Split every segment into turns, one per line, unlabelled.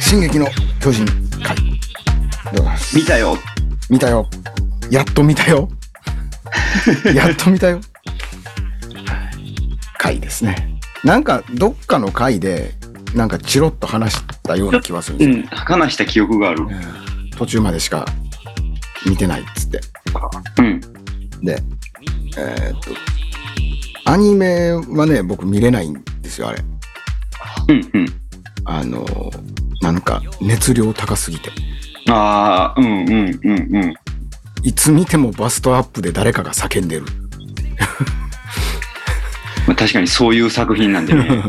進撃の巨人会でございます
見たよ。
見たよやっと見 たよやっと見たよ回ですねなんかどっかの回でなんかチロッと話したような気はするん
う
ですよ、
ん。話した記憶があ
う
る。
ん途中までしか見てないっつって
うん。
でえーっとアニメはね僕見れないんですよあれ
うんうん。
あのなんか熱量高すぎて
ああ、うんうんうんうん。
いつ見てもバストアップで誰かが叫んでる
まあ、確かにそういう作品なんでね。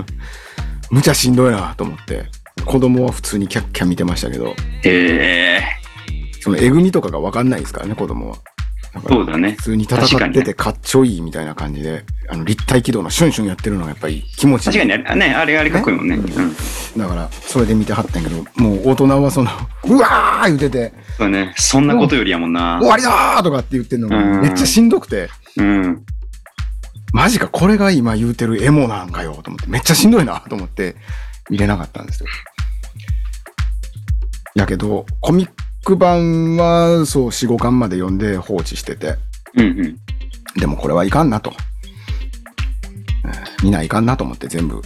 むちゃしんどいなと思って子供は普通にキャッキャ見てましたけど
へえ
そのえぐみとかが分かんないですからね子供はだから
そうだね
普。通に
確
戦
か
っ
に
て
ね
てかっちょいいみたいな感じであの立体軌道のシュンシュンやってるのがやっぱり気持ちいい
確かにあれね、あれあれかっこいいもんね。うん。
だからそれで見てはったんやけどもう大人はその「うわー!」言うてて
そうね。そんなことよりやも
「
んな
終。わりだー!」とかって言ってんの
う
が
ん
めっちゃしんどくて
うん。
マジかこれが今言うてるエモなんかよと思ってめっちゃしんどいなと思って見れなかったんですよ。やけどコミック版はそう45巻まで読んで放置してて
うんうん。
でもこれはいかんなと、うん見ないかんなと思って全部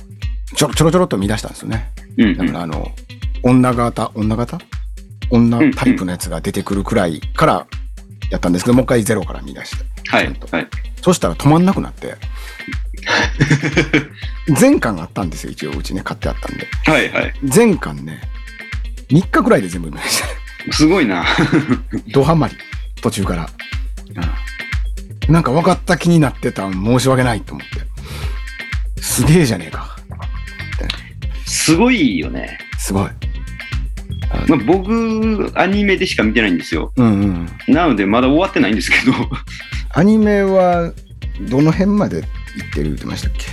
ちょちょろちょろっと見出したんですよね。
うんう
だか
ん
ら。あの、女型、女型女タイプのやつが出てくるくらいからやったんですけど、もう一回ゼロから見出して。
はい。はい。
そしたら止まんなくなって。全巻あったんですよ、一応うちね、買ってあったんで。
はいはい。
全巻ね、3日くらいで全部見ました。
すごいな。
ドハマり、途中から。うん、なんか分かった気になってたん申し訳ないと思って。すげえじゃねえか。
すごいよね。
すごい。
まあ、僕、アニメでしか見てないんですよ。
うんうん。
なので、まだ終わってないんですけど、
アニメはどの辺まで行ってる言ってましたっけ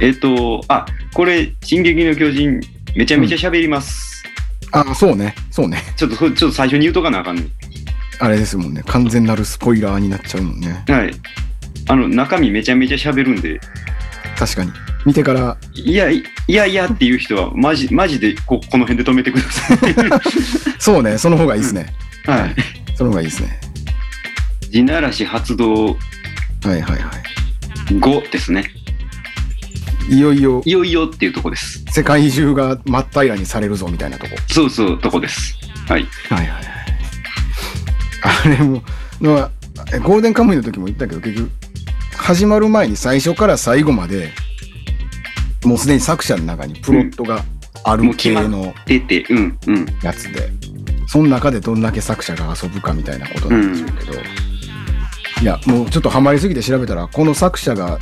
えっと、あ、これ、進撃の巨人、めちゃめちゃ喋ります。
あ、そうね。そうね。
ちょっと、そちょっと最初に言うとかなあかんね。
あれですもんね。完全なるスポイラーになっちゃうもんね。
はい。あの、中身めちゃめちゃ喋るんで、
確かに。見てから、
いや、いいやいやっていう人は、マジ、マジでこ、この辺で止めてくださ い。
そうね。その方がいいですね。
はい。
その方がいいですね。
地ならし発動
はいはいは
5ですね。
い。いよいよ
いよいよっていうとこです。
世界中が真っ平らにされるぞみたいなとこ。
そうそう、とこです。はい。
はいはいはい。あれも、のはえゴールデンカムイの時も言ったけど、結局、始まる前に最初から最後まで、もうすでに作者の中にプロットがあ
も
る
う決
系
まっ
の
出て、うん、うん。
やつで、その中でどんだけ作者が遊ぶかみたいなことなんでしょうけど、いや、もうちょっとハマりすぎて調べたら、この作者が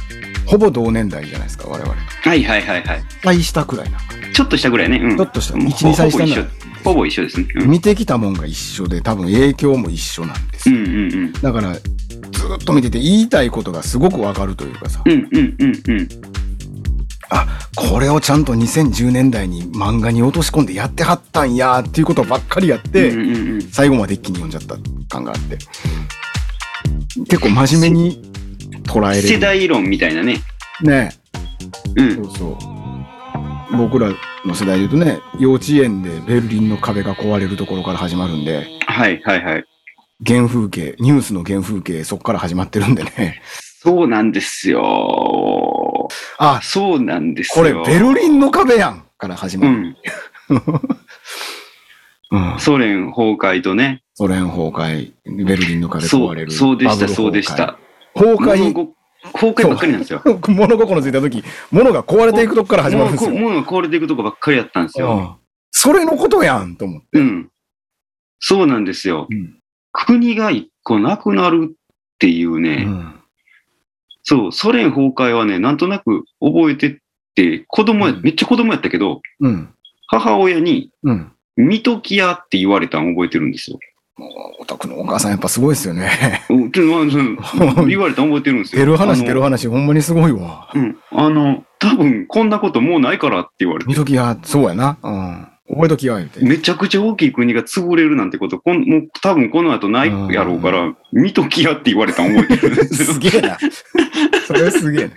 ほぼ同年代じゃないですか、我々。
はいはいはいはい。
大したくらいな。
ちょっとしたぐらいね。うん、
ちょっとした
もう
1 2歳
ほぼ
下
一
な
緒
ら。
ほぼ一緒ですね。うん
見てきたもんが一緒で、多分影響も一緒なんです
う
よ。
んうんうん。
だから、ずっと見てて言いたいことがすごくわかるというかさ、
うんうんうんうん。
あ、これをちゃんと2010年代に漫画に落とし込んでやってはったんやーっていうことばっかりやって、
うんうんうん、
最後まで一気に読んじゃった感があって結構真面目に捉えれる
世代論みたいなね。
ね
う
そ
ん。
うそう僕らの世代で言うとね幼稚園でベルリンの壁が壊れるところから始まるんで
はいはいはい。
原風景ニュースの原風景そっから始まってるんでね
そうなんですよ。
あ
そうなんです
これ
よ。
ベルリンの壁やんから始
う
まる、
ん。
うん、
ソ連崩壊とね。
ソ連崩壊ベルリンの壁
そ
壊れ
う、
る
そうでし
バブ
た、
ル
そう
崩
で
壊
した。
崩
物
壊
ご崩壊ばっかりなんですよ。
物心ついた時物が壊れていくとこから始ま
も
るん
う
です
こ
よ
物が壊れていくとこばっかりやったんです
う
よ。
んそれのことやんと思って。
うん。そうなんですよ。
うん
国が一個なくなるっていうね。そう、ソ連崩壊はね、なんとなく覚えてって、子供や、
うん
めっちゃ子供やったけど、
うん。
母親に、
うん。
見ときやって言われたん覚えてるんですよ。
お宅のお母さんやっぱすごいですよ ね。
うんちょまあその言われたん覚えてるんですよ。
出る話出る
話。
話ほんまにすごいわ。
うん。あの、多分こんなこともうないからって言われて
見。ときや、そうやな。うん。覚えときや、言うて。
めちゃくちゃ大きい国が潰れるなんてこと、こんもう多分この後ないやろうから、見ときやって言われたん 覚えてるんですよ
す。げえ な。それすげえ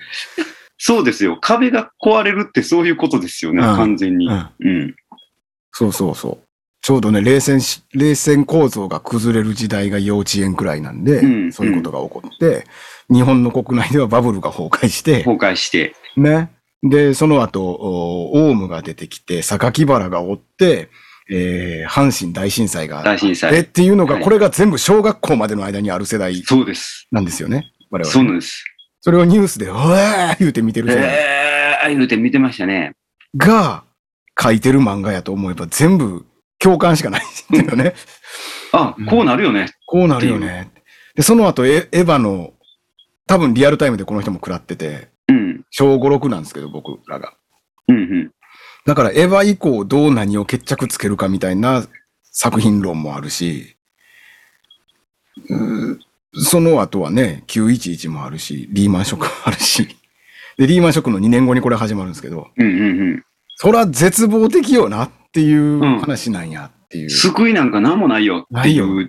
そうですよ。壁が壊れるってそういうことですよね、
うん
完全に。
な。
うん。
そうそうそう。ちょうどね、冷戦し、冷戦構造が崩れる時代が幼稚園くらいなんで、
うん
そういうことが起こって、日本の国内ではバブルが崩壊して、
崩壊して。
ね。で、その後、おオウムが出てきて、榊原が追って、えー、阪神大震災があっ
大震
てっ
災。
ていうのが、
はい
これが全部小学校までの間にある世代
そうです。
なんですよね。我々。
そうなんです。
それをニュースで、うわー言うて見てる世代
えー、言うて見てましたね。
が、書いてる漫画やと思えば、全部共感しかないんだよね。
あ、こうなるよね。
こうなるよね。で、その後エ、エヴァの、多分リアルタイムでこの人も食らってて、
うん。
小5、6なんですけど、僕らが。
うんうん。
だから、エヴァ以降どう何を決着つけるかみたいな作品論もあるし、うーその後はね、911もあるし、リーマンショックもあるし、で、リーマンショックの2年後にこれ始まるんですけど、
うんうんうん。
そら絶望的よなっていう話なんやっていう。
救いなんかなんもないよっ
な
て
い
い
よ
う、っ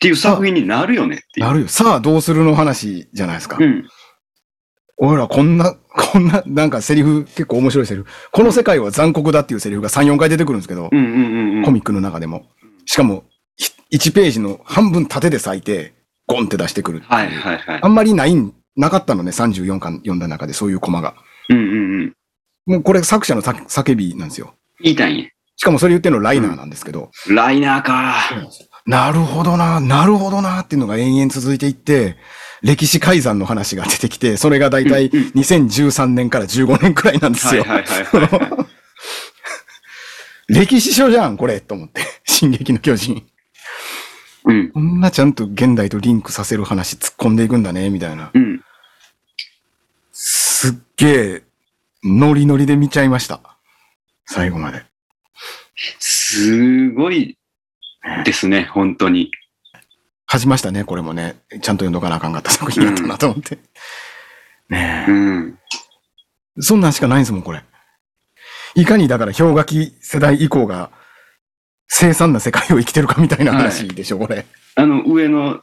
ていう作品になるよねっていう。
なるよ。さあ、どうするの話じゃないですか。
うん。
俺らこんな、こんな、なんかセリフ、結構面白いセリフ。この世界は残酷だっていうセリフが3、4回出てくるんですけど、
うんうんうんうん。
コミックの中でも。しかも、1ページの半分縦で裂いて、ゴンって出してくる。
はいはいはい
あ。んまりないん、なかったのね、34巻読んだ中で、そういうコマが。
うんうんうん。
もうこれ作者の叫叫びなんですよ。
言いたいんや。
しかもそれ言ってんのライナーなんですけど、
ライナーか。
なるほどな、なるほどなっていうのが延々続いていって、歴史改ざんの話が出てきて、それがだいたい2013年から15年くらいなんです
はい
よ。
はいはいはいはい。
歴史書じゃん、これと思って。 進撃の巨人。
うん。
こんなちゃんと現代とリンクさせる話突っ込んでいくんだね、みたいな。
うん。
すっげえ、ノリノリで見ちゃいました。最後まで。
すごいですね、本当に。
恥じましたね、これもね。ちゃんと読んどかなあかんかった作品だったなと思って。ね
う
え。
ん。
そんなんしかないんですもん、これ。いかにだから氷河期世代以降が、凄惨な世界を生きてるかみたいな話でしょ、これ。
あの、上の、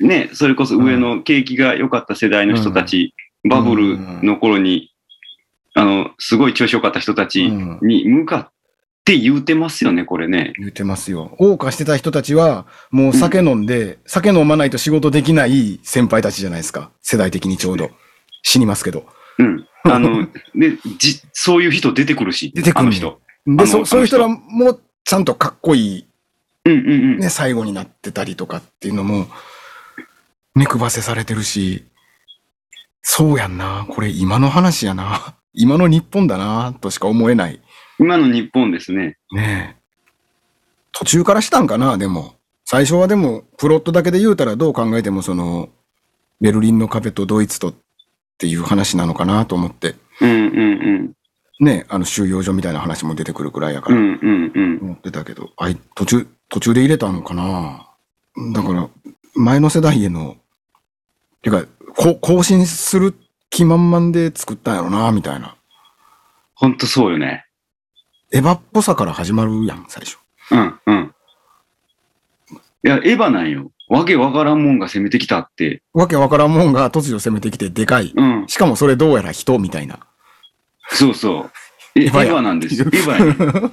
ね、それこそ上の景気が良かった世代の人たち、バブルの頃に、あの、すごい調子良かった人たち
うん
に向かって言うてますよね、これね。
言ってますよ。謳歌してた人たちは、もう酒飲んで、酒飲まないと仕事できない先輩たちじゃないですか。世代的にちょうど。死にますけど。
うん。あ の、で、じ、そういう人出てくるし、
出てくる
あの人。あ
で、
の
そそういう人らも、ちゃんとかっこい
うんうん
い、
うん。
ね、最後になってたりとかっていうのも、目配せされてるし、そうやんな。これ今の話やな。今の日本だな、としか思えない。
今の日本ですね。
ねえ。途中からしたんかな、でも。最初はでも、プロットだけで言うたらどう考えてもその、ベルリンの壁とドイツとっていう話なのかなと思って。
うんうん
ねえ、あの収容所みたいな話も出てくるくらいやか
うん。
ら。
うんうんうん。
思ってたけど、あい、途中、途中で入れたのかなだから、前の世代への、てか、こ更新する気満々で作ったんやろな、みたいな。
ほんとそうよね。
エヴァっぽさから始まるやん、最初。
うんうん。いや、エヴァなんよ。わけわからんもんが攻めてきたって。
わけわからんもんが突如攻めてきて、でかい。
うん。
しかもそれどうやら人みたいな。
そうそう。えエ
エ
ヴ
ヴァや
ァな んですよ。エヴァやね、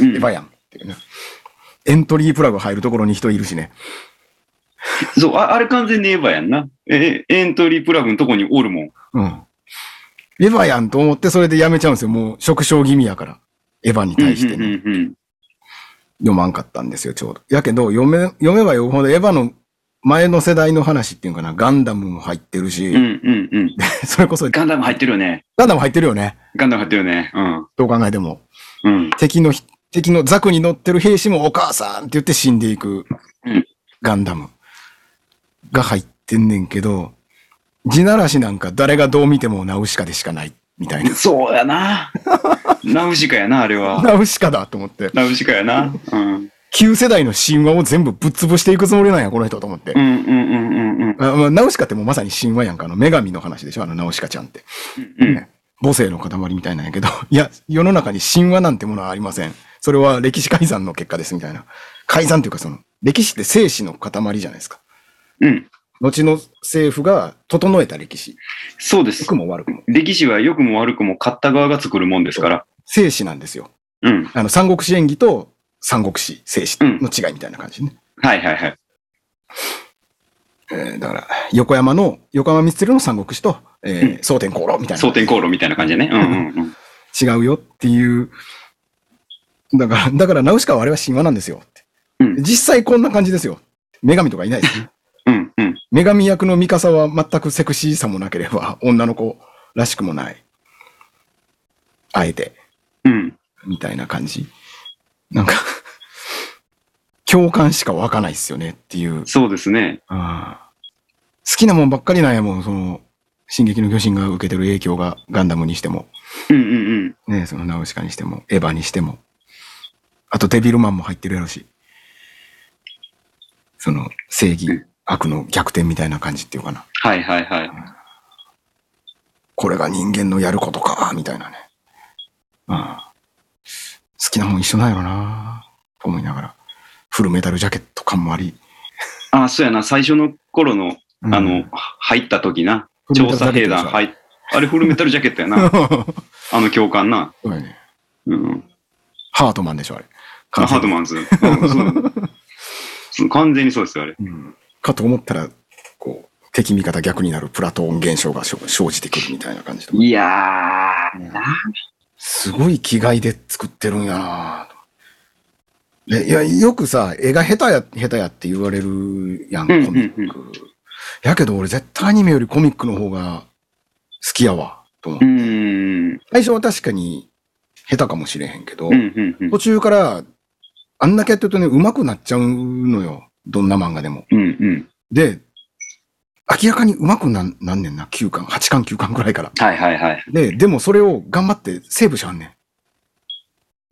うん
エヴァやんっていうね。エントリープラグ入るところに人いるしね。
そうあ、あれ完全にエヴァやんな。え、エントリープラグのとこにおるもん。
うん。エヴァやんと思ってそれでやめちゃうんですよ。もう、縮小気味やから。エヴァに対してね。
うんうんうん
読まんかったんですよ、ちょうど。やけど、読め、読めば読むほどエヴァの前の世代の話っていうかな、ガンダムも入ってるし、
うん。うんうんうん。
それこそ、ガ
ガンダム入ってるよね。
ンダム入ってるよね。
ガンダム入ってるよね。うん。
どう考えても。
うん。
敵のひ、敵のザクに乗ってる兵士もお母さんって言って死んでいく
うん
ガンダムが入ってんねんけど、地ならしなんか誰がどう見てもナウシカでしかないみたいな。
そう やな。ナウシカやな、あれは。
ナウシカだと思って。
ナウシカやな。うん。
旧世代の神話を全部ぶっ潰していくつもりなんや、この人と思って
う。んうんうんうんうん。
あまあナウシカってもうまさに神話やんか。あの女神の話でしょ、あのナウシカちゃんって。
うん
母性の塊みたいなんやけど、 いや、世の中に神話なんてものはありません。それは歴史改ざんの結果ですみたいな。改ざんというかその、歴史って生死の塊じゃないですか。
うん。
後の政府が整えた歴史。
そうです
良く。も悪くも。
歴史は良くも悪くも買った側が作るもんですから。
生死なんですよ。
うん。
あの、三国志演義と三国志静史の違いみたいな感じね。
はいはいはい。
えーだから、横山の、横山光の三国志と、えー、蒼天航路みたいな。
蒼天航路みたいな感じでね。うんうんうん。
違うよっていう。だから、だからナウシカはあれは神話なんですよって。
うん
実際こんな感じですよ。女神とかいないですね。
うんうん。
女神役のミカサは全くセクシーさもなければ、女の子らしくもない。あえて、
うん。
みたいな感じ。なんか、共感しか湧かないっすよねっていう。
そうですね。
ああ好きなもんばっかりなんやもん、その、進撃の巨人が受けてる影響がガンダムにしても、
うんうんうん。
ね、そのナウシカにしても、エヴァにしても、あとデビルマンも入ってるやろし、その正義、
うん
悪の逆転みたいな感じっていうかな。
はいはいはい。
これが人間のやることか、みたいなね。ああ好きなもん一緒なんやろな、と思いながら。フルメタルジャケット感もあり。
あ、そうやな。最初の頃の、
うん
あ の、、は入った時な。
フルメ
調
タルジャケ
査兵
ットでし
団
ょ
入っあれフルメタルジャケット やな。あの教官な。
そうやね。
うん。
ハートマンでしょ、あれ。
あハートマンズ。うんそうそう完全にそうですよ、あれ。
うんかと思ったら、こう、敵味方逆になるプラトーン現象が生生じてくるみたいな感じとか
いやー、な
すごい気概で作ってるんやなぁでいや、よくさ、絵が下手や、下手やって言われるやん、
うん
コミック。やけど俺絶対アニメよりコミックの方が好きやわ、と思う
う。ーん。
最初は確かに下手かもしれへんけど、
うん、うん、うん
途中からあんだけやってるとね、上手くなっちゃうのよ。どんな漫画でも。
うん、うん。
で、明らかに上手くなんなんねんな、9巻、8巻、9巻ぐらいから。
はいはいはい。
で、でもそれを頑張ってセーブしはんね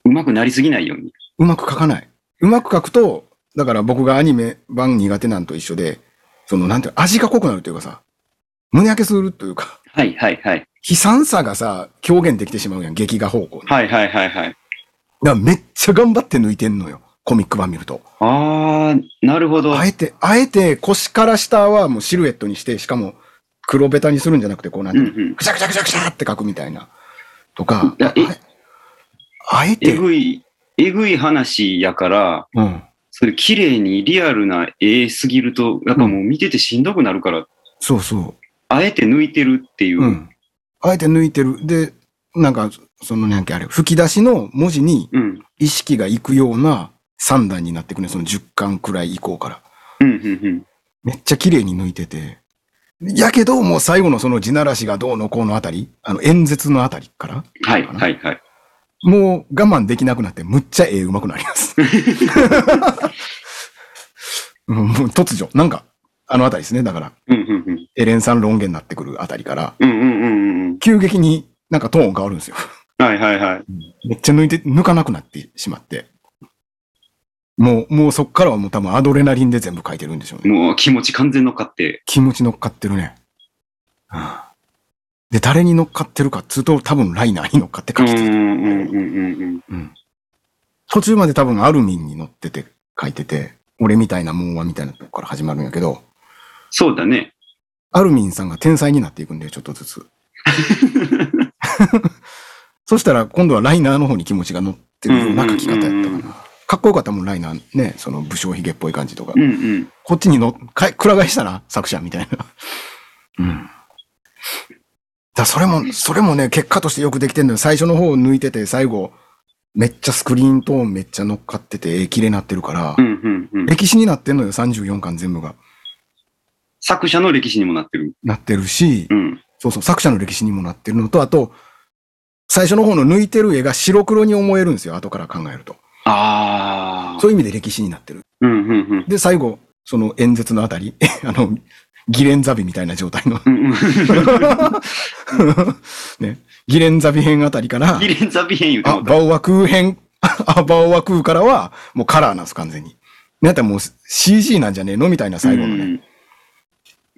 ん。
うまくなりすぎないように。
うまく書かない。うまく書くと、だから僕がアニメ版苦手なんと一緒で、その、なんていうの味が濃くなるというかさ、胸焼けするというか、
はいはいはい。
悲惨さがさ、表現できてしまうやん、劇画方向に。だか
はいはいはいはい。
らめっちゃ頑張って抜いてんのよ、コミック版見ると。
あー、なるほど。
あえて、あえて腰から下はもうシルエットにして、しかも黒ベタにするんじゃなくて、こうなん
うん
て
う
いうの
ん。
くしゃくしゃくしゃくしゃって書くみたいな。とか
いや、え
ああえて、
え
うん。
ぐい、えぐい話やから、それ綺麗にリアルな絵すぎると、やっぱもう見ててしんどくなるから、
そうそ。
あえて抜いてるっていうう。
うん。あえて抜いてる。で、なんか、その、なんかあれ、吹き出しの文字に
うん。
意識がいくような三段になってくるね。その10巻くらい以降から。
うん、うん、
めっちゃ綺麗に抜いてて。やけど、もう最後のその地ならしがどうのこうのあたり、あの、演説のあたりから、
うん。はいはいはい。
もう我慢できなくなって、むっちゃ絵うまくなります。 うんもう突如、なんか、あのあたりですね。だから、
うん、うん、うん。
エレンさん論言になってくるあたりから、
うん、うん、うんうん。
急激になんかトーン変わるんですよ。
はいはいはい。
めっちゃ抜いて、抜かなくなってしまって。もう、もうそっからはもう多分アドレナリンで全部書いてるんでしょうね。
もう気持ち完全乗っかって。
気持ち乗っかってるね。はあで、誰に乗っかってるかっつうと多分ライナーに乗っかって
う
書
ん、
いうてる。
ん、うん、うん、うん。
うん途中まで多分アルミンに乗ってて書いてて、俺みたいなもんはみたいなとこから始まるんやけど、
そうだね。
アルミンさんが天才になっていくんで、ちょっとず つ。そしたら今度はライナーの方に気持ちが乗ってるような書き方やったか
うんうんうんうん
な。かっこよかったもん、ライナーね、その武将髭っぽい感じとか。
うん、うん。
こっちにの、か、くら替えしたな、作者みたいな。うん。だそれも、それもね、結果としてよくできてんのよ。最初の方を抜いてて、最後、めっちゃスクリーントーンめっちゃ乗っかってて、ええ綺麗になってるから
う、ん、うん、うん。
歴史になってんのよ、34巻全部が。
作者の歴史にもなってる。
なってるし、
うん。
そうそう、作者の歴史にもなってるのと、あと、最初の方の抜いてる絵が白黒に思えるんですよ、後から考えると。
ああ。
そういう意味で歴史になってる。
うん、うん、うん。
で、最後、その演説のあたり、 あの、ギレンザビみたいな状態の、
うんうん
ね、ギレンザビ編あたりから
ギ、レンザビ編言うて
あ、
もった。
バオワクー編、 あ、バオワクーからは、もうカラーなんです、完全に。なんかもう CG なんじゃねえのみたいな最後のね、
うん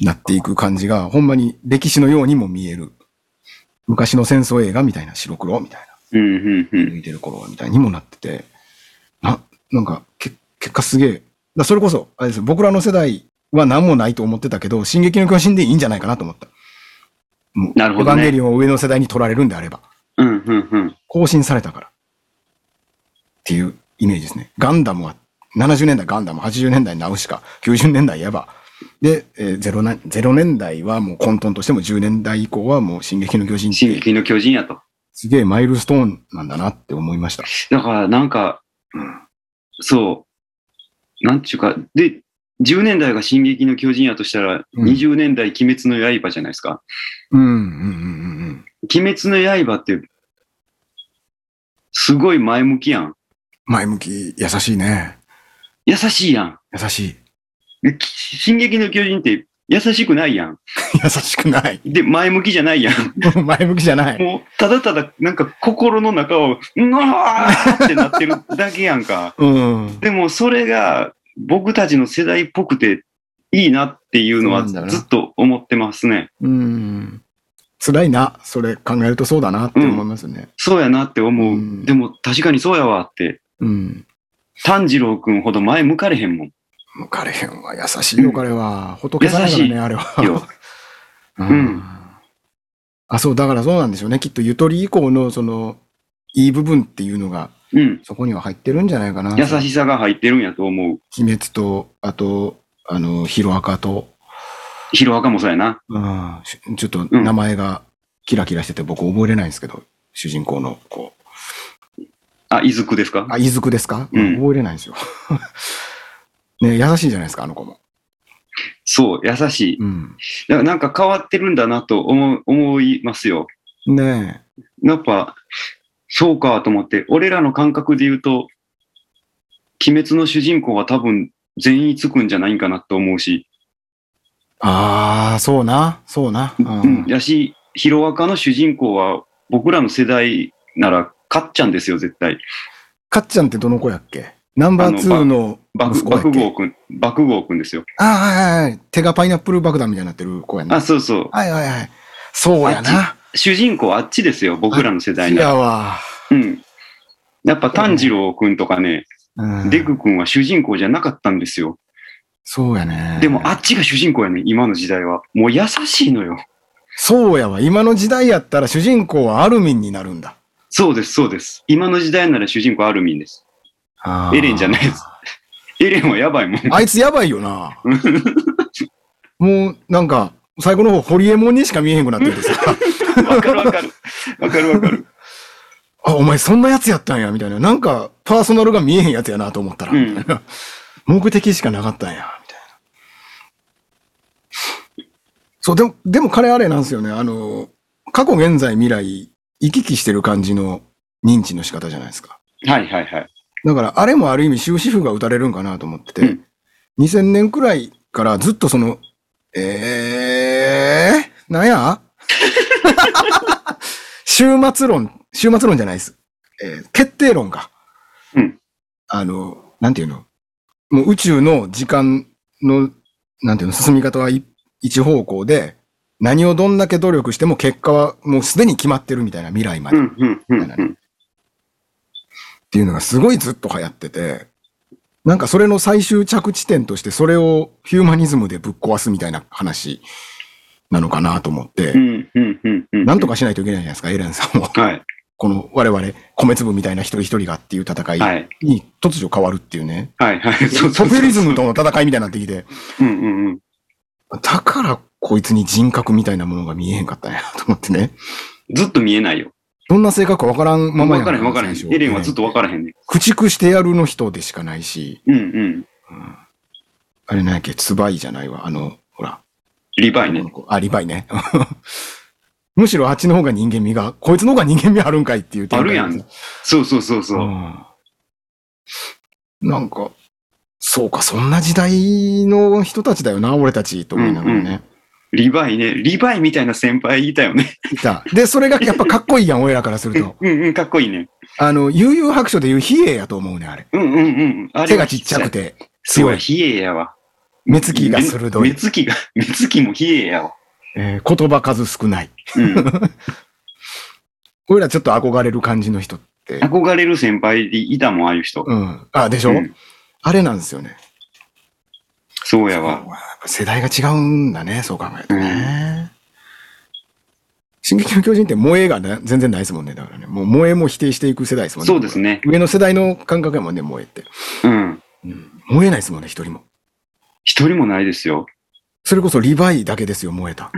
なっていく感じが、ほんまに歴史のようにも見える。昔の戦争映画みたいな、白黒みたいな。
うんうんうん。
抜いてる頃はみたいにもなってて、な、なんか、け結果すげえ。だからそれこそ、あれですよ僕らの世代は何もないと思ってたけど、進撃の巨人でいいんじゃないかなと思った。もう
なるほど
エヴァ
ね
ンゲリオンを上の世代に取られるんであれば。
うんうんうん。
更新されたから。っていうイメージですね。ガンダムは、70年代ガンダム、80年代ナウシカ、90年代ヤバ。で、えーゼロな、0年代はもう混沌としても10年代以降はもう進撃の巨人っ
進
て
撃の巨人やと。
すげえマイルストーンなんだなって思いました。
だからなんか、うんそう、なんちゅうか、で、10年代が進撃の巨人やとしたら、
うん
20年代鬼滅の刃じゃないですか。
うん、うん、うん、
鬼滅の刃って、すごい前向きやん。
うん。前向き、優しいね。
優しいやん。
優しい。
でき進撃の巨人って優しくないやん。
優しくない。
で、前向きじゃないやん。
前向きじゃない。
もう、ただただ、なんか心の中を、うわーってなってるだけやんか。
うん。
でも、それが僕たちの世代っぽくていいなっていうのは
そうなんだよな
ずっと思ってますね。
うん。辛いな。それ考えるとそうだなって思いますね。
そうやなって思う。
うん
でも、確かにそうやわって。
うん。
炭治郎くんほど前向かれへんもん。
もう彼へんは優しいよ、彼は。仏さんやから
優しい
ね、あれ
よ
は。う
うん。
あ、そう、だからそうなんでしょうね。きっとゆとり以降の、その、いい部分っていうのが、
うん。
そこには入ってるんじゃないかな。
優しさが入ってるんやと思う。
鬼滅と、あと、あの、ヒロアカと、
ヒロアカもそうやな。
うん、しちょっと名前がキラキラしてて僕覚えれないんですけど、主人公の子。
あ、いずくですか
あ、いずくですか、
うん
覚えれないんですよ。 ね、優しいじゃないですか、あの子も。
そう、優しい。
うん。
だからなんか変わってるんだなと思う思いますよ。
ね
やっぱ、そうかと思って、俺らの感覚で言うと、鬼滅の主人公は多分全員つくんじゃないんかなと思うし、
え。ああ、そうな、そうな。うん
うん、やし、ヒロアカの主人公は僕らの世代なら、かっちゃんですよ、絶対。
かっちゃんってどの子やっけナンバー
あ
2の
爆
息子だ
爆
っ
豪
け
くん、爆豪くんですよ。
ああ、はいはいはい。手がパイナップル爆弾みたいになってる子や
あ、
な。
そうそう。
はいはいはい。そうやな。
主人公あっちですよ、僕らの世代
い
なら。
やわ。
うん。やっぱ炭治郎くんとかね、
うん
デクくんは主人公じゃなかったんですよ。
そうやね。
でもあっちが主人公やねん今の時代は。もう優しいのよ。
そうやわ。今の時代やったら主人公はアルミンになるんだ。
そうです、そうです。今の時代なら主人公アルミンです。
あー
エレンじゃないです。エレンはやばいもん。
あいつやばいよ な。もう、なんか、最後の方、ホリエモンにしか見えへんくなっててさ、
わかるわかる。わかるわかる。
あ、お前そんなやつやったんや、みたいな。なんか、パーソナルが見えへんやつやなと思ったら、
うん
みたいな目的しかなかったんや、みたいな。そう、でも、でも彼あれなんですよね。あの、過去、現在、未来、行き来してる感じの認知の仕方じゃないですか。
はいはいはい。
だから、あれもある意味終止符が打たれるんかなと思ってて、
うん
2000年くらいからずっとその、えー、なんや 終末論、終末論じゃないです。えー決定論が。
うん
あの、なんていうのもう宇宙の時間の、なんていうの、進み方は一一方向で、何をどんだけ努力しても結果はもうすでに決まってるみたいな未来まで
う。んうんうんうん。
っていうのがすごいずっと流行ってて、なんかそれの最終着地点としてそれをヒューマニズムでぶっ壊すみたいな話なのかなと思って、
うんうんうんうん。
なんと
か。
かしないといけないじゃないですか、エレンさんは。
はい
この我々、米粒みたいな一人一人がっていう戦
はいい
に突如変わるっていうね。
はいはい。そ
ポ
うそうそう
ピュリズムとの戦いみたいになってきて、
うんうんうん。
だからこいつに人格みたいなものが見えへんかったんやと思ってね。
ずっと見えないよ。
どんな性格かわからんまま
わ
や
からへんわからへ
最
ん。
初
エレンはずっとわからへんね。
駆逐してやるの人でしかないし、
うんうん。
あれなんやっけ、ツバイじゃないわ。あの、ほら。
リヴァイね。
あ、リヴァイね。 むしろあっちの方が人間味が、こいつの方が人間味あるんかいっていう展
あ
開
るやん。そうそうそうそうう。
んなんか、そうか、そんな時代の人たちだよな、俺たち、と思いながらね。
うんリヴァイね。リヴァイみたいな先輩いたよね。
いた。で、それがやっぱかっこいいやん、俺らからすると。
うんうん、かっこいいね。
あの、悠々白書でいう比叡やと思うね、あれ。
うんうんうん。あれ
手
は
がちっちゃくて、
そう
強
や、
い。
比叡やわ。
目つきが鋭
目
い。
つきが、目つきも比叡やわ。
えー言葉数少ない。
うん。
俺らちょっと憧れる感じの人って。
憧れる先輩でいたもん、ああいう人。
うん。あ、でしょ、
うん
あれなんですよね。
そうや
そうや
わ。
っぱ世代が違うんだね、そう考えるとね。進撃の巨人って萌えがな全然ないですもんね。だからね。もう萌えも否定していく世代ですもんね。
そうですね。
上の世代の感覚やもんね、萌えって。
うん。
萌えないですもんね、一人も。
一人もないですよ。
それこそリヴァイだけですよ、燃え た。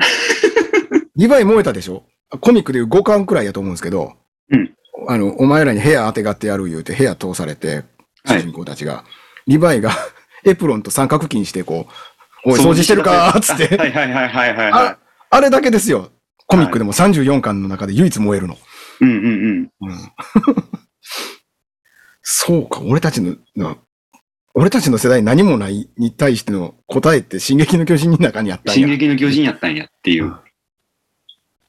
リヴァイ燃えたでしょコミックでいう5巻くらいやと思うんですけど、
うん
あの、お前らに部屋当てがってやる言うて部屋通されて、
は
主
い
人公たちが、リヴァイがエプロンと三角巾してこう、おい、掃除してるかーっつっ
あは
て。
いはいはいはいはいは
あ、あれだけですよ。コミックでも34巻の中で唯一燃えるの。
い。うんうんうん。
そうか、俺たちの、な俺たちの世代何もないに対しての答えって進撃の巨人の中にあったんや
進撃の巨人やったんやっていう。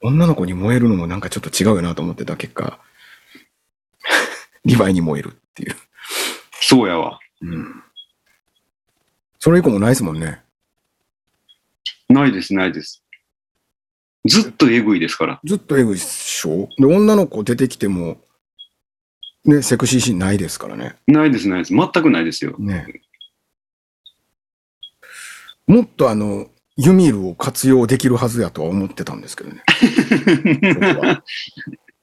女の子に燃えるのもなんかちょっと違うよなと思ってた結果、リヴァイに燃えるっていう。
そうやわ。
それ以降もないですもんね。
ないですないです。ずっとエグいですから。
ずっとエグいっしょで、女の子出てきても、ね、セクシーシーンないですからね。
ないですないです。全くないですよ。
ね。もっとあの、ユミルを活用できるはずやとは思ってたんですけどね。僕は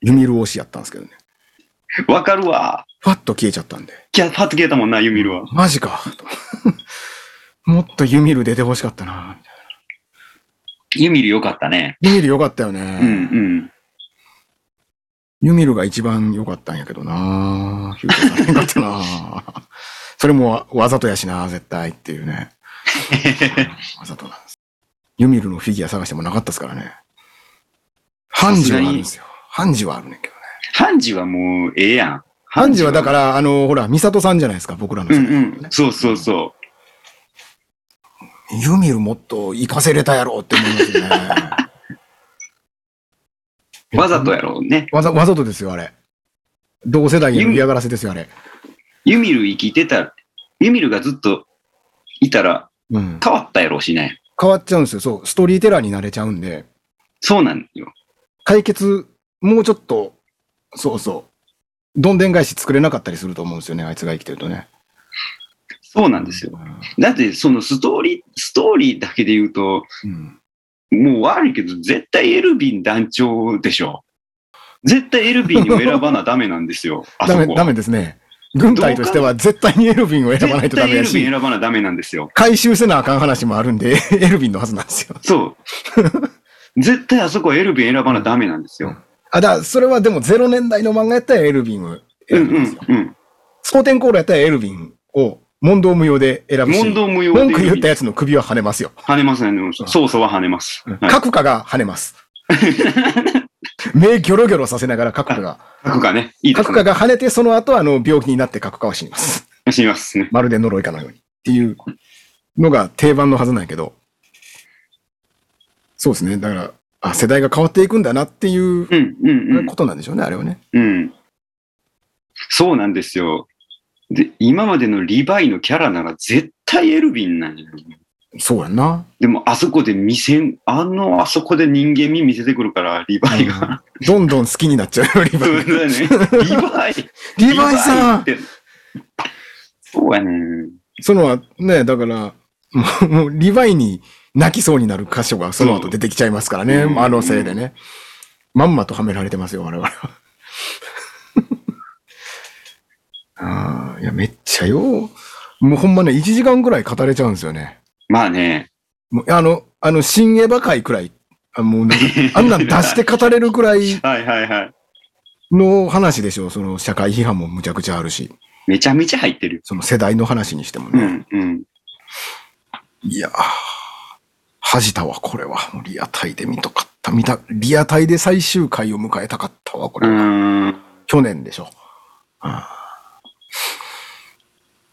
ユミル推しやったんですけどね。
わかるわ。
ファッと消えちゃったんで。
キャパッと消えたもんな、ユミルは。
マジか。 ともっとユミル出てほしかったな。
ユミルよかったね。
ユミル良かったよ
うんう
ね。
ん。
ユミルが一番良かったんやけどな。ヒュートさん良かったな。それもわわざとやしな、絶対っていうね。わざとなんです。ユミルのフィギュア探してもなかったですからね。ハンジはあるんですよ。ハンジはあるねんけどね。
ハンジはもうええやん。。
ハンジはだからら、あの、ほら、ミサトさんじゃないですか、僕らの
う
世
ん
代、
うん。そうそうそ
ユミルもっと活かせれたやろうって思いますよね
。う。わざとやろうね。
わざ、わざとですよ、あれ。同世代への嫌がらせですよ、あれ。
ユミル生きてた、ユミルがずっといたら
うん。
変わったやろうしね。
変わっちゃうんですよ。そう、ストーリーテラーになれちゃうんで、
そうなんよ。
解決、もうちょっと、そうそう、どんでん返し作れなかったりすると思うんですよね、あいつが生きてるとね。
そうなんですよ。だってそのストーリー、ストーリーだけで言うと、
うん。
もう悪いけど絶対エルヴィン団長でしょ。絶対エルヴィンを選ばなダメなんですよ。あそ
ダ
こは
メ、ダメですね。軍隊としては絶対にエルヴィンを選ばない
絶
とダ
対
メ
エ
や
ルヴィン
し、
選ばなダメなんですよ。
回収せなあかん話もあるんで、 エルヴィンのはずなんですよ。
そう。絶対あそこはエルヴィン選ばなダメなんですよ。
あ、だからそれはでも0年代の漫画やったらエルヴィンを
う
選
ん
ぶんですよ。
うん
スコーテンコールやったらエルヴィンを問答無用で選
うん。
ぶし、
問答無用で
文句言ったやつの首は跳ねますよ。
跳ねますね。でもそうそうは跳ねます。はい
角化が跳ねます。目ギョロギョロさせながら角化が。
書くかね。いいです
角化
ね。
が跳ねて、その後あの病気になって角化は死にます。
しますね。
まるで呪いかのように。っていうのが定番のはずなんやけど。そうですね。だから、あ、世代が変わっていくんだなっていう
うんうんうん。
ことなんでしょうね、あれはね。
うん。そうなんですよ。で、今までのリヴァイのキャラなら絶対エルヴィンなんじゃない
そうやんな。
でも、あそこで見せん、あの、あそこで人間味見せてくるから、リヴァイが。
どんどん好きになっちゃうよ、リヴ
そ
ァ
う
イ。
だね。リヴァイ。
リヴァイさ
っ
ん
てそうやね。
そのは、ね、だから、もう、もうリヴァイに泣きそうになる箇所がその後出てきちゃいますからね。
うん
あのせいでね。まんまとはめられてますよ、我々は。 ああ、いや、めっちゃよ。もうほんまね、1時間ぐらい語れちゃうんですよね。
まあね。
もう、あの、あの、新エヴァ界くらい。あもうなんか、あんなん出して語れるくらい
はいはいはい。
の話でしょう。その社会批判もむちゃくちゃあるし、
めちゃめちゃ入ってる。
その世代の話にしても
う
ね。
んうん。
いやー、恥じたわ、これは。もうリアタイで見たかった。見た、リアタイで最終回を迎えたかったわ、こ
う
れ。
ーん。
去年でしょ。あー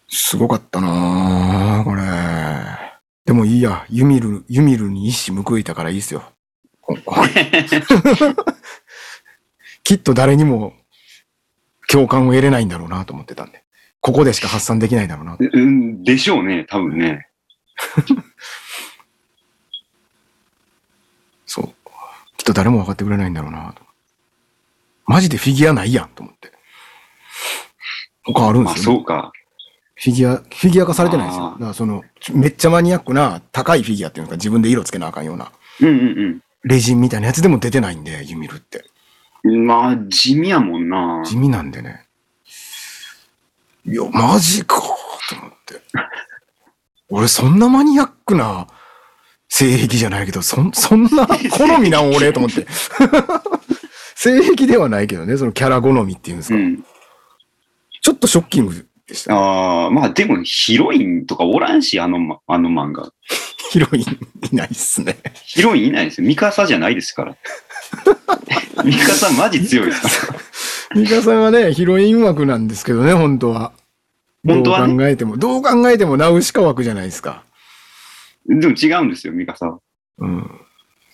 すごかったなーこれ。でもいいや、ユミル、ユミルに一矢報いたからいいですよ。ここ きっと誰にも共感を得れないんだろうなと思ってたんで。ここでしか発散できないんだろうなと。
うんでしょうね、多分ね。
そう。きっと誰も分かってくれないんだろうなと。マジでフィギュアないやんと思って。他あるん
ま
で
あ
すよ、
そ
ね
うか。
フィギュア、フィギュア化されてないんですよ。
あー
だからその、めっちゃマニアックな高いフィギュアっていうのか自分で色つけなあかんような。
うんうんうん。
レジンみたいなやつでも出てないんで、ユミルって。
まあ、地味やもんな。
地味なんでね。いや、マジかと思って。俺、そんなマニアックな性癖じゃないけど、そん、そんな好みなん俺と思って。 性癖ではないけどね、そのキャラ好みっていうんです
う
か。
ん。
ちょっとショッキングでした。
ああ、まあでもヒロインとかおらんし、あのま、あの漫画。
ヒロインいないっすね。
ヒロインいないですよ。ミカサじゃないですから。 ミカサマジ強いですから。
ミカさんはね、ヒロイン枠なんですけどね、本当は。
本当はね
どう考えても、どう考えてもナウシカ枠じゃないですか。
でも違うんですよ、ミカサは。
うん。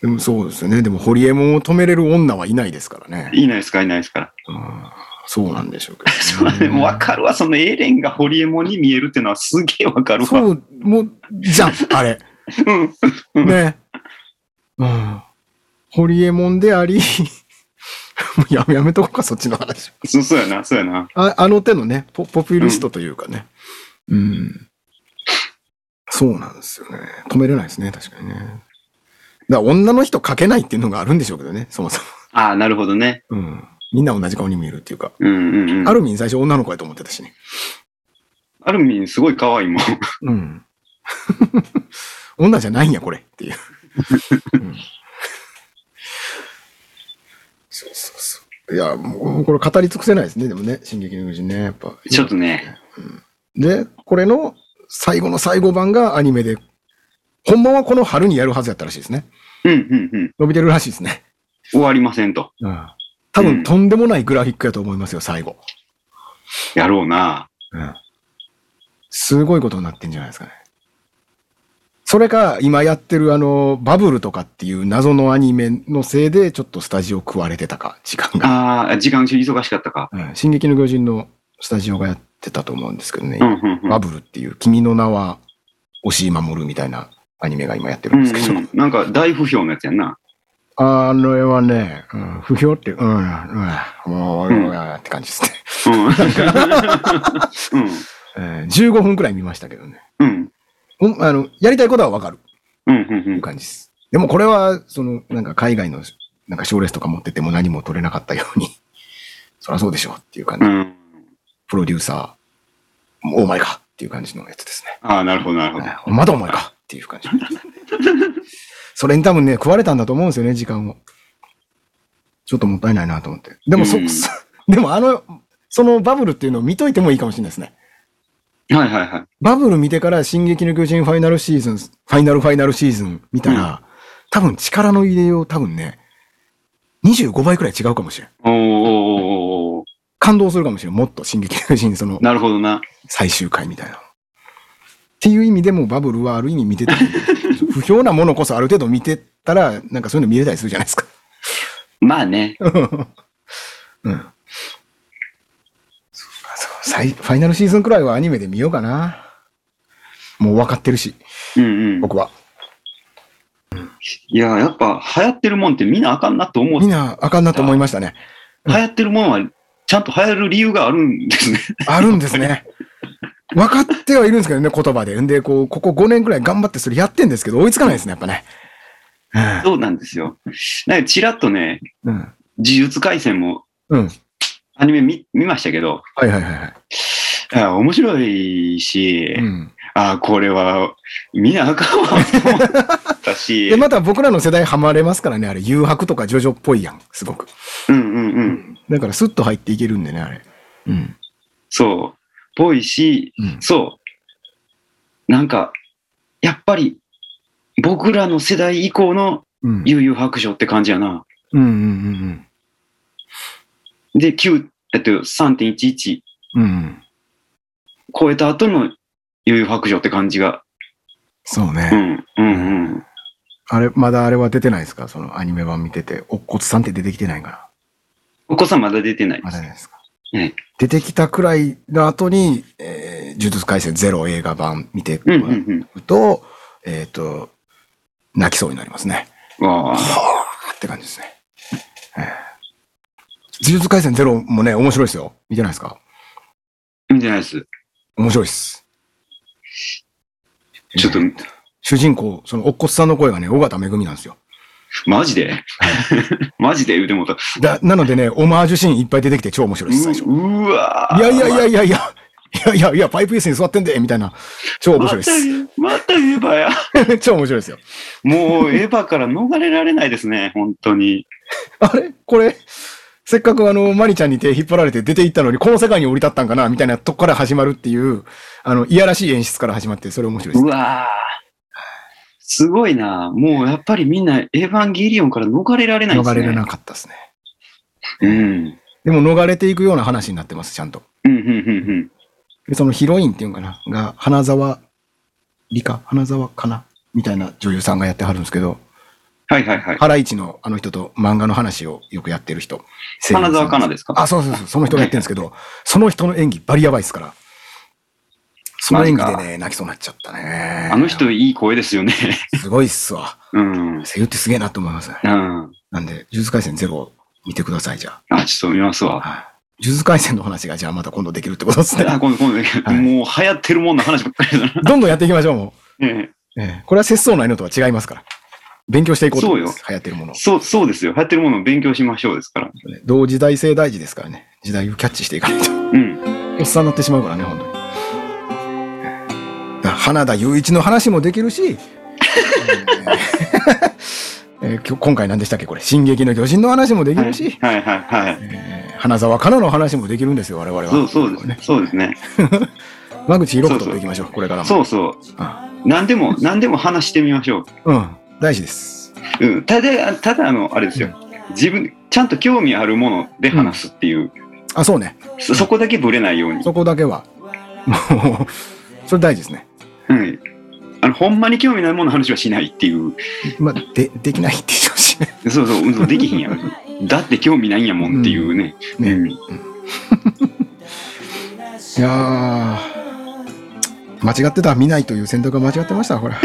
でもそうですよね。でも、ホリエモンを止めれる女はいないですからね。
いないですか、いないですから。
うんそうなんでしょうけ
そう
ど、
ね、わかるわ。そのエレンがホリエモンに見えるってのはすげえわかるわ。
そう、もう、じゃん、あれ。
うん。
ね。うん。ホリエモンであり、も うやめ、やめとこうか、そっちの話。
そうそうやな、そうやな。
ああの手のねポ、ポピュリストというかね。うん。そうなんですよね。止めれないですね、確かにね。だから女の人描けないっていうのがあるんでしょうけどね、そもそも。
ああ、なるほどね。
うん。みんな同じ顔に見えるっていうか。
うんうんうん。
アルミン最初女の子やと思ってたしね。
アルミンすごい可愛いもん。
うん。 女じゃないんや、これ。っていう。うんそうそうそう。いや、もうこれ語り尽くせないですね、でもね、進撃の巨人ね、やっぱ。
ちょっとね。
で、これの最後の最後版がアニメで、本番はこの春にやるはずやったらしいですね。
うんうんうん。
伸びてるらしいですね。
終わりませんと。
うん。多
うん
分とんでもないグラフィックやと思いますよ、最後。
やろうな。
うん。すごいことになってんじゃないですかね。それか、今やってるあの、バブルとかっていう謎のアニメのせいで、ちょっとスタジオ食われてたか、時間が。
ああ、時間中忙しかったか。
うん。進撃の巨人のスタジオがやってたと思うんですけどね。
うんうんうん。
バブルっていう、君の名は、押井守みたいなアニメが今やってる
うんん
ですけど。
うん、なんか大不評のやつやんな。
あれはね、うん、不評って、うん、うん、もう、
うん
うんって感じですね、
うん。うん。
えー15分くらい見ましたけどね。
うん。
うんあのやりたいことはわかる
うん。うんう。
いうん感じです。でもこれは、その、なんか海外の、なんか賞レースとか持ってても何も取れなかったように、 そりゃそうでしょうっていう感
う
じ。
ん。
プロデューサー、もうお前かっていう感じのやつですね。
ああ、なるほど、なるほど。
はいまたお前かっていう感じ。それに多分ね、食われたんだと思うんですよね、時間を。ちょっともったいないなと思って。でもそ、
うん
そ でもあの、そのバブルっていうのを見といてもいいかもしれないですね。
はいはいはい。
バブル見てから、進撃の巨人ファイナルシーズン、ファイナルファイナルシーズン見たら、多分力の入れよう、多分ね、25倍くらい違うかもしれん。
おーおーおーお
感動するかもしれん。もっと進撃の巨人、その
ー、なるほどな。
最終回みたいな。っていう意味でもバブルはある意味見てた。不評なものこそある程度見てたら、なんかそういうの見れたりするじゃないですか。
まあね。
うん。そうかそう最ファイナルシーズンくらいはアニメで見ようかな。もう分かってるし、
うんうん。
僕は。
いや、やっぱ流行ってるもんってみんなあかんなと思う
みん。なあかんなと思いましたね。
流行ってるもんは、ちゃんと流行る理由があるんですね。
あるんですね。分かってはいるんですけどね、言葉で。んで、こう、ここ5年くらい頑張ってそれやってんですけど、追いつかないですね、やっぱね。
そうなんですよ。なんかちらっとね、
うん。うん。
呪術廻戦も
うん。
アニメ見見ましたけど、
はいはいはいはい。
ああ面白いし、
うん。
ああ、これは、みんなあかんわ、と思ったし
で、。また僕らの世代ハマれますからね、あれ、誘白とかジョジョっぽいやん、すごく。
うんうんうん。
だからスッと入っていけるんでね、あれ。うん。
そう。ぽいし、
うん。
そう。なんか、やっぱり、僕らの世代以降の
うん。
悠々白書って感じやな。
うんうんうん
で、9、えっと、3.11
うん。うん。
超えた後の悠々白書って感じが。
そう
う
ね。
ん、うん、うん。
あれ、まだあれは出てないですかそのアニメ版見てて。おっこつさんって出てきてないかな
お子さんまだ出てないで
まだ
す。
ないですか。
うん
出てきたくらいの後に、えー、呪術廻戦ゼロ映画版見て
うん、
も
う
ら
ん、
うと、えっ、と、泣きそうになりますね。
うん。わあ、
って感じですね。えー呪術廻戦ゼロもね、面白いですよ。見てないですか
いいんじゃないです。
面白いです。
ちょっと、
えー主人公、その、おっこつさんの声がね、尾形めぐみなんですよ。
マ ジでマジで言うてもうた。
だなのでね、オマージュシーンいっぱい出てきて超面白いです、最初。
ううわ
いやいやい
や、
やいやいや、いやいやいや、パイプ椅子に座ってんで、みたいな。超面
ま
白い
た
で、
またエヴァや。
す。 超面白いですよ。
もうエヴァから逃れられないですね、本当に。
あれこれ、せっかくあの、マリちゃんに手引っ張られて出て行ったのに、この世界に降り立ったんかなみたいなとこから始まるっていう、あの、いやらしい演出から始まって、それ面白いです
う。わーすごいな。もうやっぱりみんなエヴァンゲリオンから逃れられないですね。
逃れれなかったですね。
うん。
でも逃れていくような話になってます、ちゃんと。
うん、うん、うん、うん。
で、そのヒロインっていうんかな、が、花沢理香花沢かなみたいな女優さんがやってはるんですけど、
はいはいはい。
ハライチのあの人と漫画の話をよくやってる人。
花澤香菜
で
ですか
あ、そうそうそう、その人がやってるんですけど、その人の演技バリヤバいですから。その演技でね、泣きそうになっちゃったね。
あの人いい声ですよね。
すごいっすわ。
うん。うん。
声優ってすげえなと思いますね。
あ、
なんで、呪術廻戦ゼロ見てください、じゃ
ちょっと見ます
あ。
わ。
はい。呪術廻戦の話が、じゃあまた今度できるってこと ですね。
あ、今度、今度、
い
もう流行ってるもんの話ばっかりだな。
どんどんやっていきましょう、も
え
う。ええこれは節操ないのとは違いますから。勉強していこうと思います
そう
流行ってるもの
えそう、そうですよ。流行ってるものを勉強しましょうですから。
をね同時代性大事ですからね。時代をキャッチしていかないと。
うん。
おっさんになってしまうからね、本当に。だ花田雄一の話もできるし、 えーえー今日今回何でしたっけこれ、進撃の巨人の話もでき
はい
るし、
はいはいはい。
えー花澤香菜の話もできるんですよ、我々は。
そうそうです
ね
ね。。そうですね。
間口広く
そう
とっ
そう
ていきましょう、これからも。
そうそう。
あ
何でも、何でも話してみましょ
う
う。
ん、大事です。
うん。ただ、ただ、あの、あれですよ。自分、ちゃんと興味あるもので話すっていう、
あ、そうね。
そそこだけぶれないように。
そこだけは。もう、それ大事ですね。
うん。あの、ほんまに興味ないものの話はしないっていう。
まあ、で、できないって言ってほしい。
そうそう、うんそうできひんやろ。だって興味ないんやもんっていうね。
ね
うん
いやー間違ってた見ないという選択が間違ってましたこれ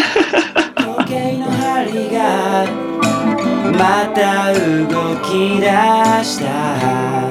時計の針がまた動き出した